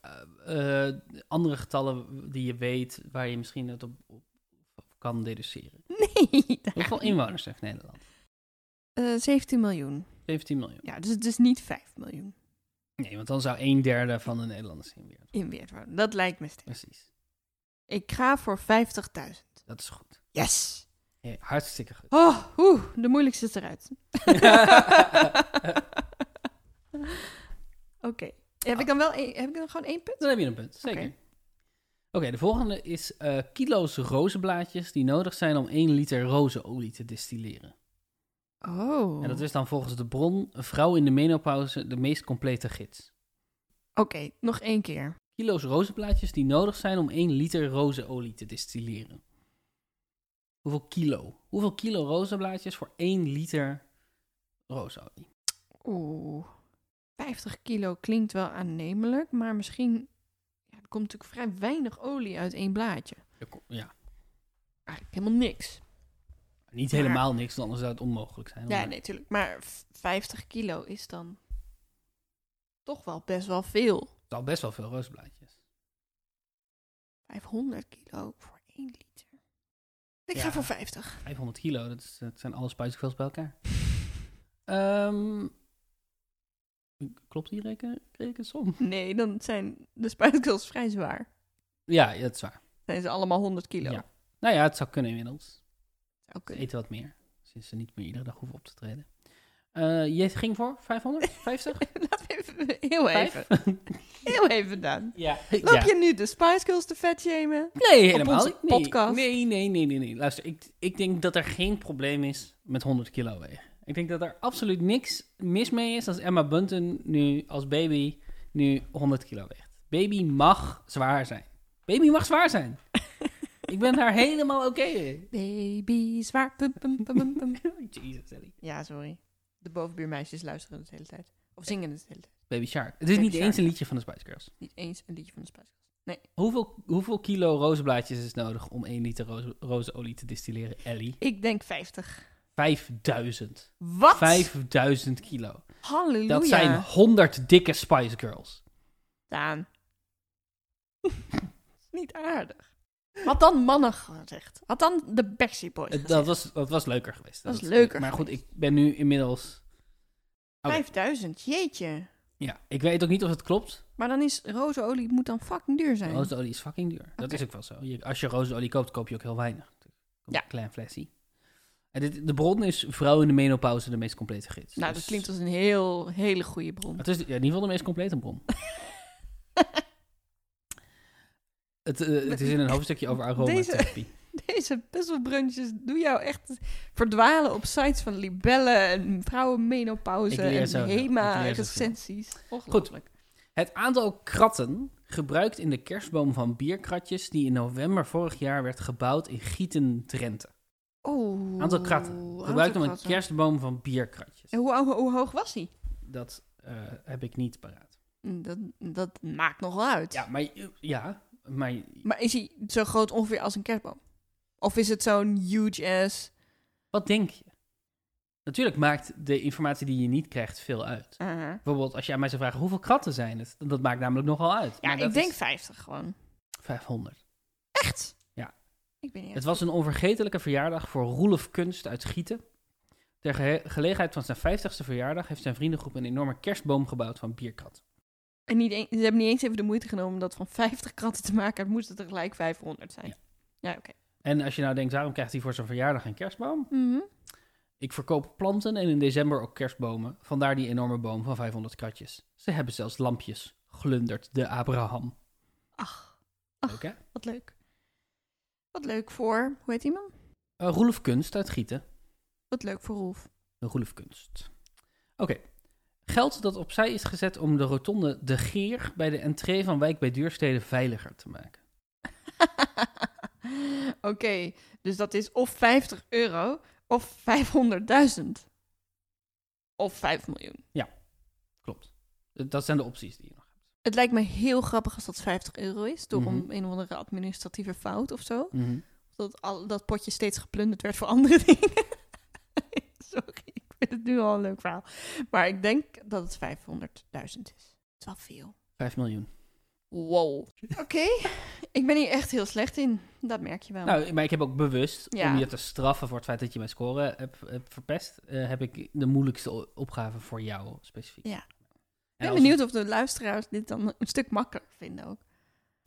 Speaker 2: eh, eh, andere getallen die je weet, waar je misschien het op, op- op kan deduceren?
Speaker 1: Nee. daar-
Speaker 2: Hoeveel inwoners heeft Nederland?
Speaker 1: Eh, 17 miljoen.
Speaker 2: 17 miljoen.
Speaker 1: Ja, dus het is niet 5 miljoen
Speaker 2: Nee, want dan zou een derde van de Nederlanders in Weert.
Speaker 1: in Weert wonen. Dat lijkt me sterk.
Speaker 2: Precies.
Speaker 1: Ik ga voor 50.000.
Speaker 2: Dat is goed.
Speaker 1: Yes!
Speaker 2: Ja, hartstikke goed.
Speaker 1: Oh, oeh, de moeilijkste is eruit. Oké. Heb ik dan wel één- heb ik dan gewoon één punt?
Speaker 2: Dan heb je een punt, zeker.
Speaker 1: Oké.
Speaker 2: Oké, de volgende is eh, kilo's rozenblaadjes die nodig zijn om 1 liter rozenolie te distilleren.
Speaker 1: Oh.
Speaker 2: En dat is dan volgens de bron een vrouw in de menopauze de meest complete gids.
Speaker 1: Oké, nog één keer.
Speaker 2: Kilo's rozenblaadjes die nodig zijn om 1 liter rozenolie te distilleren. Hoeveel kilo? Hoeveel kilo rozenblaadjes voor 1 liter rozenolie?
Speaker 1: Oeh. 50 kilo klinkt wel aannemelijk, maar misschien ja, er komt natuurlijk vrij weinig olie uit één blaadje.
Speaker 2: Ja,
Speaker 1: Eigenlijk helemaal niks.
Speaker 2: niet
Speaker 1: Maar-
Speaker 2: helemaal niks, want anders zou het onmogelijk zijn.
Speaker 1: Ja,
Speaker 2: Maar-
Speaker 1: nee, natuurlijk. Maar v- 50 kilo is dan toch wel best wel veel.
Speaker 2: Het is al best wel veel rozenblaadjes.
Speaker 1: 500 kilo voor 1 liter. Ik ga
Speaker 2: Ja.
Speaker 1: voor 50.
Speaker 2: 500 kilo, dat, is, dat zijn alle spuitjes bij elkaar. Ehm, klopt die reken, rekensom?
Speaker 1: Nee, dan zijn de spuitkuls vrij zwaar.
Speaker 2: Ja, ja, dat is waar.
Speaker 1: Zijn ze allemaal 100 kilo.
Speaker 2: Ja. Nou ja, het zou kunnen inmiddels.
Speaker 1: Zou
Speaker 2: Ze
Speaker 1: kunnen.
Speaker 2: eten wat meer. Sinds ze niet meer iedere dag hoeven op te treden. Eh, je ging voor 500? 50?
Speaker 1: Laat even, heel even,
Speaker 2: Vijf?
Speaker 1: heel even dan.
Speaker 2: ja.
Speaker 1: Loop
Speaker 2: ja.
Speaker 1: je nu de Spice Girls te vetshamen?
Speaker 2: Nee, helemaal
Speaker 1: onze
Speaker 2: niet. Nee.
Speaker 1: podcast?
Speaker 2: Nee, nee, nee, nee, nee. Luister, ik, ik denk dat er geen probleem is met 100 kilo wegen. Ik denk dat er absoluut niks mis mee is als Emma Bunton nu als baby nu 100 kilo weegt. Baby mag zwaar zijn. Baby mag zwaar zijn. ik ben daar helemaal oké mee.
Speaker 1: Baby zwaar. Pum, pum, pum, pum, pum.
Speaker 2: Jezus, Ellie.
Speaker 1: ja, sorry. De bovenbuurmeisjes luisteren het de hele tijd. Of zingen het de hele tijd.
Speaker 2: Baby Shark. Het is
Speaker 1: Baby
Speaker 2: niet
Speaker 1: Shark.
Speaker 2: eens een liedje van de Spice Girls.
Speaker 1: Niet eens een liedje van de Spice Girls.
Speaker 2: Hoeveel, hoeveel kilo rozenblaadjes is nodig om 1 liter roze- rozenolie te distilleren, Ellie?
Speaker 1: Ik denk 50.
Speaker 2: 5000.
Speaker 1: Wat?
Speaker 2: 5000 kilo.
Speaker 1: Halleluja.
Speaker 2: Dat zijn 100 dikke Spice Girls.
Speaker 1: Daan. Niet aardig. Had dan mannen gezegd. Had dan de Backstreet Boys
Speaker 2: Het-
Speaker 1: gezegd.
Speaker 2: Dat was, dat was leuker geweest.
Speaker 1: Dat was leuker
Speaker 2: Maar goed,
Speaker 1: geweest.
Speaker 2: ik ben nu inmiddels... oké.
Speaker 1: 5000, jeetje.
Speaker 2: Ja, ik weet ook niet of dat klopt.
Speaker 1: Maar dan is rozenolie moet dan fucking duur zijn.
Speaker 2: Rozenolie is fucking duur. Dat
Speaker 1: Oké.
Speaker 2: is ook wel zo. Je- als je rozenolie koopt, koop je ook heel weinig.
Speaker 1: Ja.
Speaker 2: Een klein flesje. En dit, de bron is vrouw in de menopauze de meest complete gids.
Speaker 1: nou,
Speaker 2: Dus
Speaker 1: dat klinkt als een heel, hele goede bron.
Speaker 2: Het is ja, in ieder geval de meest complete bron. het, eh, het is in een hoofdstukje over aromatherapie.
Speaker 1: Deze puzzelbrunches doen jou echt verdwalen op sites van libellen en vrouwenmenopauze
Speaker 2: Ik leer
Speaker 1: en
Speaker 2: zoveel. Ik leer zoveel.
Speaker 1: HEMA-recensies. Ongelooflijk.
Speaker 2: Het aantal kratten gebruikt in de kerstboom van bierkratjes die in november vorig jaar werd gebouwd in Gieten, Drenthe.
Speaker 1: Oh,
Speaker 2: Aantal kratten. Gebruikt om een
Speaker 1: kratten.
Speaker 2: kerstboom van bierkratjes.
Speaker 1: En hoe, hoe, hoe hoog was hij? Mm,
Speaker 2: Dat eh, heb ik niet paraat.
Speaker 1: Dat, dat maakt nogal uit.
Speaker 2: Ja, maar, eh, ja, maar
Speaker 1: Maar is hij zo groot ongeveer als een kerstboom? Of is het zo'n huge ass?
Speaker 2: wat denk je? Natuurlijk maakt de informatie die je niet krijgt veel uit.
Speaker 1: Aha.
Speaker 2: Bijvoorbeeld als jij mij zou vragen hoeveel kratten zijn het? Dat maakt namelijk nogal uit.
Speaker 1: Ja,
Speaker 2: Maar dat
Speaker 1: ik denk
Speaker 2: is
Speaker 1: 50 gewoon.
Speaker 2: 500.
Speaker 1: Echt?
Speaker 2: Ja.
Speaker 1: Ik ben niet
Speaker 2: Het was een onvergetelijke verjaardag voor Roelof Kunst uit Gieten. Ter ge- gelegenheid van zijn 50ste verjaardag heeft zijn vriendengroep een enorme kerstboom gebouwd van bierkrat.
Speaker 1: En niet een- ze hebben niet eens even de moeite genomen om dat van 50 kratten te maken. Het moest er gelijk 500 zijn. Ja,
Speaker 2: Ja.
Speaker 1: oké.
Speaker 2: En als je nou denkt, waarom krijgt hij voor zijn verjaardag een kerstboom?
Speaker 1: Mhm.
Speaker 2: Ik verkoop planten en in december ook kerstbomen. Vandaar die enorme boom van 500 kratjes. Ze hebben zelfs lampjes. Glundert de Abraham.
Speaker 1: Ach,
Speaker 2: Leuk hè?
Speaker 1: wat leuk. Wat leuk voor, hoe heet die man?
Speaker 2: Eh, Roelof Kunst uit Gieten.
Speaker 1: Wat leuk voor Rolf.
Speaker 2: De roelofkunst. Oké. Geld dat opzij is gezet om de rotonde De Geer bij de entree van Wijk bij Duurstede veiliger te maken.
Speaker 1: Oké, Dus dat is of 50 euro of 500.000. Of 5 miljoen.
Speaker 2: Klopt. Dat zijn de opties die je nog hebt.
Speaker 1: Het lijkt me heel grappig als dat 50 euro is. Door om
Speaker 2: Mhm.
Speaker 1: een of andere administratieve fout of zo. Dat al, dat potje steeds geplunderd werd voor andere dingen. Sorry, ik vind het nu al een leuk verhaal. Maar ik denk dat het 500.000 is. Het is wel veel.
Speaker 2: 5 miljoen.
Speaker 1: Wow. Oké, ik ben hier echt heel slecht in. Dat merk je wel.
Speaker 2: Nou, maar ik heb ook bewust,
Speaker 1: Ja.
Speaker 2: om je te straffen voor het feit dat je mijn score hebt, hebt verpest, eh, heb ik de moeilijkste o- opgave voor jou specifiek.
Speaker 1: Ja.
Speaker 2: En
Speaker 1: ik ben
Speaker 2: als-
Speaker 1: benieuwd of de luisteraars dit dan een stuk makkelijker vinden ook.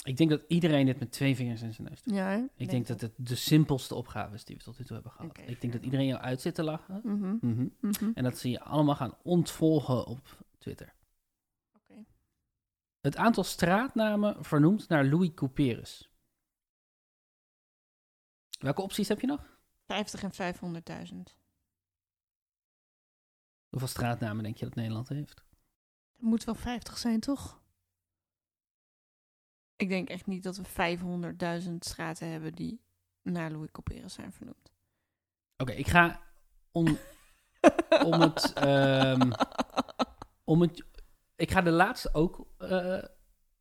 Speaker 2: Ik denk dat iedereen dit met twee vingers in zijn neus doet.
Speaker 1: Ja, hè?
Speaker 2: Ik denk dat het de simpelste opgave is die we tot nu toe hebben gehad.
Speaker 1: Oké,
Speaker 2: ik denk
Speaker 1: fair.
Speaker 2: dat iedereen jou uit zit te lachen.
Speaker 1: Mhm,
Speaker 2: Mhm.
Speaker 1: mhm.
Speaker 2: En dat ze je allemaal gaan ontvolgen op Twitter.
Speaker 1: Oké.
Speaker 2: Het aantal straatnamen vernoemd naar Louis Couperus. Welke opties heb je nog?
Speaker 1: 50 en 500.000.
Speaker 2: Hoeveel straatnamen denk je dat Nederland heeft?
Speaker 1: Het moet wel 50 zijn, toch? Ik denk echt niet dat we 500.000 straten hebben die naar Louis Couperus zijn vernoemd.
Speaker 2: Oké, ik ga om, Om het, ehm, om het. Ik ga de laatste ook eh,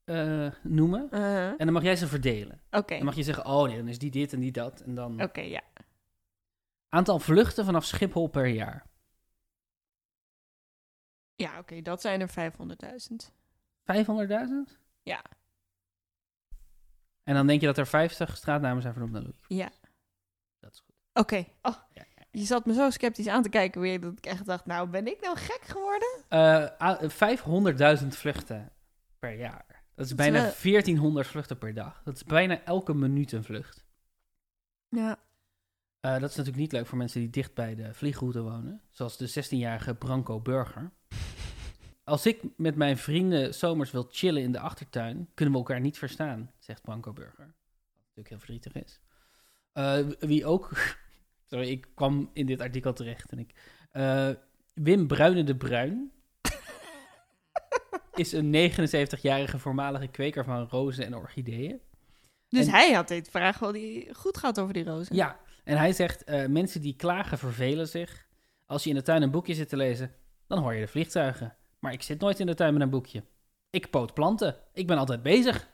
Speaker 2: eh, noemen.
Speaker 1: Uh-huh.
Speaker 2: En dan mag jij ze verdelen.
Speaker 1: Oké,
Speaker 2: Dan mag je zeggen: oh nee, dan is die dit en die dat. En dan.
Speaker 1: oké, ja.
Speaker 2: Aantal vluchten vanaf Schiphol per jaar:
Speaker 1: Ja, oké, dat zijn er 500.000.
Speaker 2: 500.000?
Speaker 1: Ja.
Speaker 2: En dan denk je dat er 50 straatnamen zijn vernoemd naar Louis.
Speaker 1: Ja.
Speaker 2: Dat is goed.
Speaker 1: Oké, oh,
Speaker 2: Ja, ja.
Speaker 1: je zat me zo sceptisch aan te kijken weer dat ik echt dacht, nou ben ik nou gek geworden?
Speaker 2: Eh, a- 500.000 vluchten per jaar. Dat is
Speaker 1: is
Speaker 2: bijna
Speaker 1: wel-
Speaker 2: 1400 vluchten per dag. Dat is bijna elke minuut een vlucht.
Speaker 1: Ja.
Speaker 2: Eh, dat is natuurlijk niet leuk voor mensen die dicht bij de vliegroute wonen. Zoals de 16-jarige Branko Burger. Als ik met mijn vrienden zomers wil chillen in de achtertuin, kunnen we elkaar niet verstaan, zegt Branko Burger. Wat natuurlijk heel verdrietig is. Eh, wie ook. Sorry, ik kwam in dit artikel terecht en ik. eh, Wim Bruine de Bruin is een 79-jarige voormalige kweker van rozen en orchideeën.
Speaker 1: Dus
Speaker 2: En-
Speaker 1: hij had dit vraag wel die goed gaat over die rozen.
Speaker 2: Ja, en hij zegt: eh, mensen die klagen vervelen zich. Als je in de tuin een boekje zit te lezen, dan hoor je de vliegtuigen. Maar ik zit nooit in de tuin met een boekje. Ik poot planten. Ik ben altijd bezig.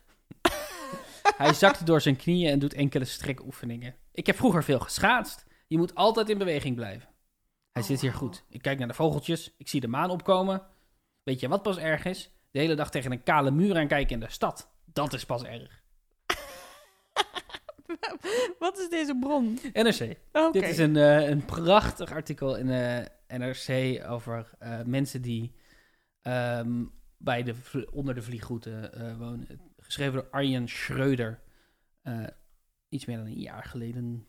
Speaker 2: hij zakt door zijn knieën en doet enkele strekoefeningen. Ik heb vroeger veel geschaatst. Je moet altijd in beweging blijven. Hij
Speaker 1: Oh,
Speaker 2: zit hier
Speaker 1: wauw.
Speaker 2: goed. Ik kijk naar de vogeltjes. Ik zie de maan opkomen. Weet je wat pas erg is? De hele dag tegen een kale muur aankijken in de stad. Dat is pas erg.
Speaker 1: Wat is deze bron?
Speaker 2: NRC.
Speaker 1: Oké.
Speaker 2: Dit is een, eh, een prachtig artikel in eh, de NRC over eh, mensen die ehm, bij de, vl- onder de vliegroute eh, wonen. Geschreven door Arjen Schreuder. Eh, iets meer dan een jaar geleden.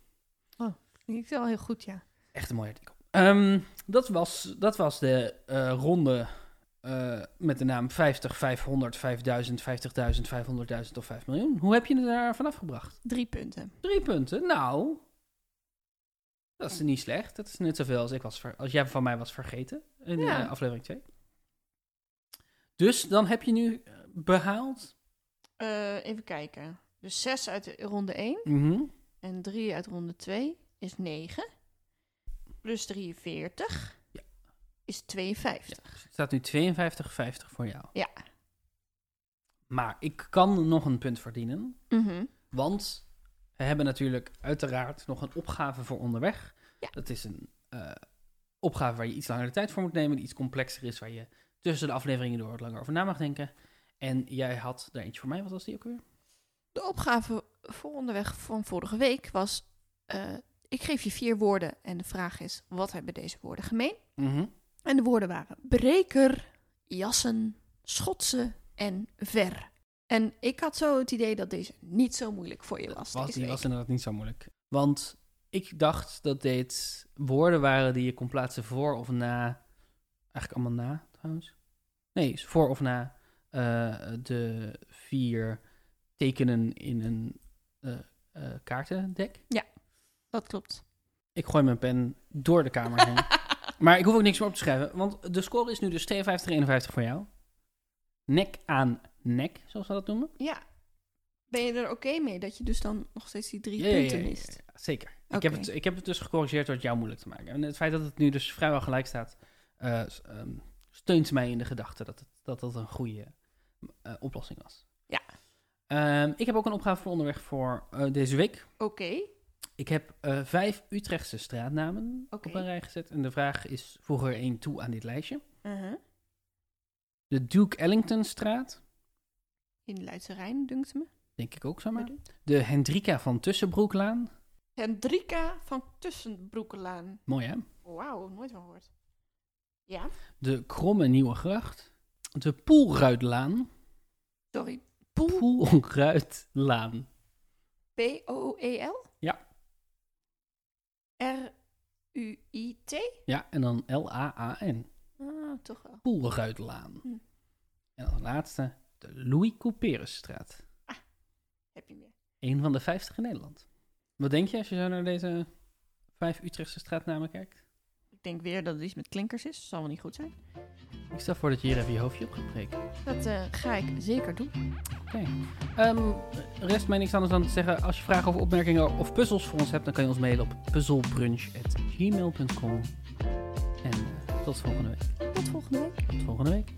Speaker 1: Ik wel heel goed, ja.
Speaker 2: Echt een mooi artikel. Ehm, dat, was, dat was de eh, ronde eh, met de naam 50, 500, 5000, 50.000, 500.000 of 5 miljoen. Hoe heb je het daar vanaf gebracht?
Speaker 1: Drie punten.
Speaker 2: Drie punten? Nou, dat is niet slecht. Dat is net zoveel als, ik was ver- als jij van mij was vergeten in
Speaker 1: Ja.
Speaker 2: eh, aflevering 2. Dus dan heb je nu eh, behaald.
Speaker 1: Eh, even kijken. Dus zes uit de- ronde 1
Speaker 2: Mhm.
Speaker 1: en drie uit ronde 2 is 9. Plus 43
Speaker 2: Ja.
Speaker 1: is 52.
Speaker 2: Het staat nu 52,50 voor jou.
Speaker 1: Ja.
Speaker 2: Maar ik kan nog een punt verdienen.
Speaker 1: Mhm.
Speaker 2: Want we hebben natuurlijk uiteraard nog een opgave voor onderweg.
Speaker 1: Ja.
Speaker 2: Dat is een eh, opgave waar je iets langer de tijd voor moet nemen, die iets complexer is, waar je tussen de afleveringen door wat langer over na mag denken. En jij had daar eentje voor mij, wat was die ook weer?
Speaker 1: De opgave voor onderweg van vorige week was... eh, ik geef je vier woorden en de vraag is... wat hebben deze woorden gemeen? En de woorden waren breker, jassen, schotsen en ver. En ik had zo het idee dat deze niet zo moeilijk voor je was. deze
Speaker 2: Was, die
Speaker 1: week.
Speaker 2: was inderdaad niet zo moeilijk. Want ik dacht dat dit woorden waren die je kon plaatsen voor of na. Eigenlijk allemaal na, trouwens. Nee, is voor of na eh, de vier tekenen in een eh eh, kaartendek.
Speaker 1: Dat klopt.
Speaker 2: Ik gooi mijn pen door de kamer heen. maar ik hoef ook niks meer op te schrijven, want de score is nu dus 52-51 voor jou. Nek aan nek, zoals we dat noemen.
Speaker 1: Ja. Ben je er oké mee dat je dus dan nog steeds die drie
Speaker 2: Ja, ja, ja,
Speaker 1: punten
Speaker 2: ja, ja,
Speaker 1: mist?
Speaker 2: ja, zeker. Ik,
Speaker 1: Oké.
Speaker 2: heb het, ik heb het dus gecorrigeerd door het jou moeilijk te maken. En het feit dat het nu dus vrijwel gelijk staat, eh, s- ehm, steunt mij in de gedachte dat het, dat, dat een goede eh, oplossing was.
Speaker 1: Ja.
Speaker 2: Ehm, ik heb ook een opgave voor onderweg voor eh, deze week.
Speaker 1: Oké.
Speaker 2: Ik heb eh, vijf Utrechtse straatnamen
Speaker 1: Oké.
Speaker 2: op een rij gezet. En de vraag is, voeg er één toe aan dit lijstje.
Speaker 1: Uh-huh.
Speaker 2: De Duke Ellingtonstraat,
Speaker 1: In Luidse Rijn, dunkt me.
Speaker 2: denk ik ook zomaar. De Hendrika van Tussenbroeklaan.
Speaker 1: Hendrika van Tussenbroekelaan.
Speaker 2: Mooi hè?
Speaker 1: Wauw, nooit van gehoord. Ja,
Speaker 2: De Kromme Nieuwe Gracht. De Poelruitlaan.
Speaker 1: sorry. Poel.
Speaker 2: Poelruitlaan.
Speaker 1: P-O-E-L?
Speaker 2: Ja.
Speaker 1: R-U-I-T?
Speaker 2: Ja, en dan L-A-A-N.
Speaker 1: Ah, toch wel.
Speaker 2: Poelruitlaan.
Speaker 1: Hm.
Speaker 2: En als laatste de Louis Couperusstraat.
Speaker 1: Heb je meer.
Speaker 2: Een van de vijftig in Nederland. Wat denk je als je zo naar deze vijf Utrechtse straatnamen kijkt?
Speaker 1: Ik denk weer dat het iets met klinkers is. Zal wel niet goed zijn.
Speaker 2: Ik stel voor dat je hier even je hoofdje op gaat breken.
Speaker 1: Dat eh, ga ik zeker doen.
Speaker 2: Oké. Ehm, rest mij niks anders dan te zeggen. Als je vragen of opmerkingen of puzzels voor ons hebt, dan kan je ons mailen op puzzelbrunch.gmail.com. En eh, tot volgende week.
Speaker 1: Tot volgende week.
Speaker 2: Tot volgende week.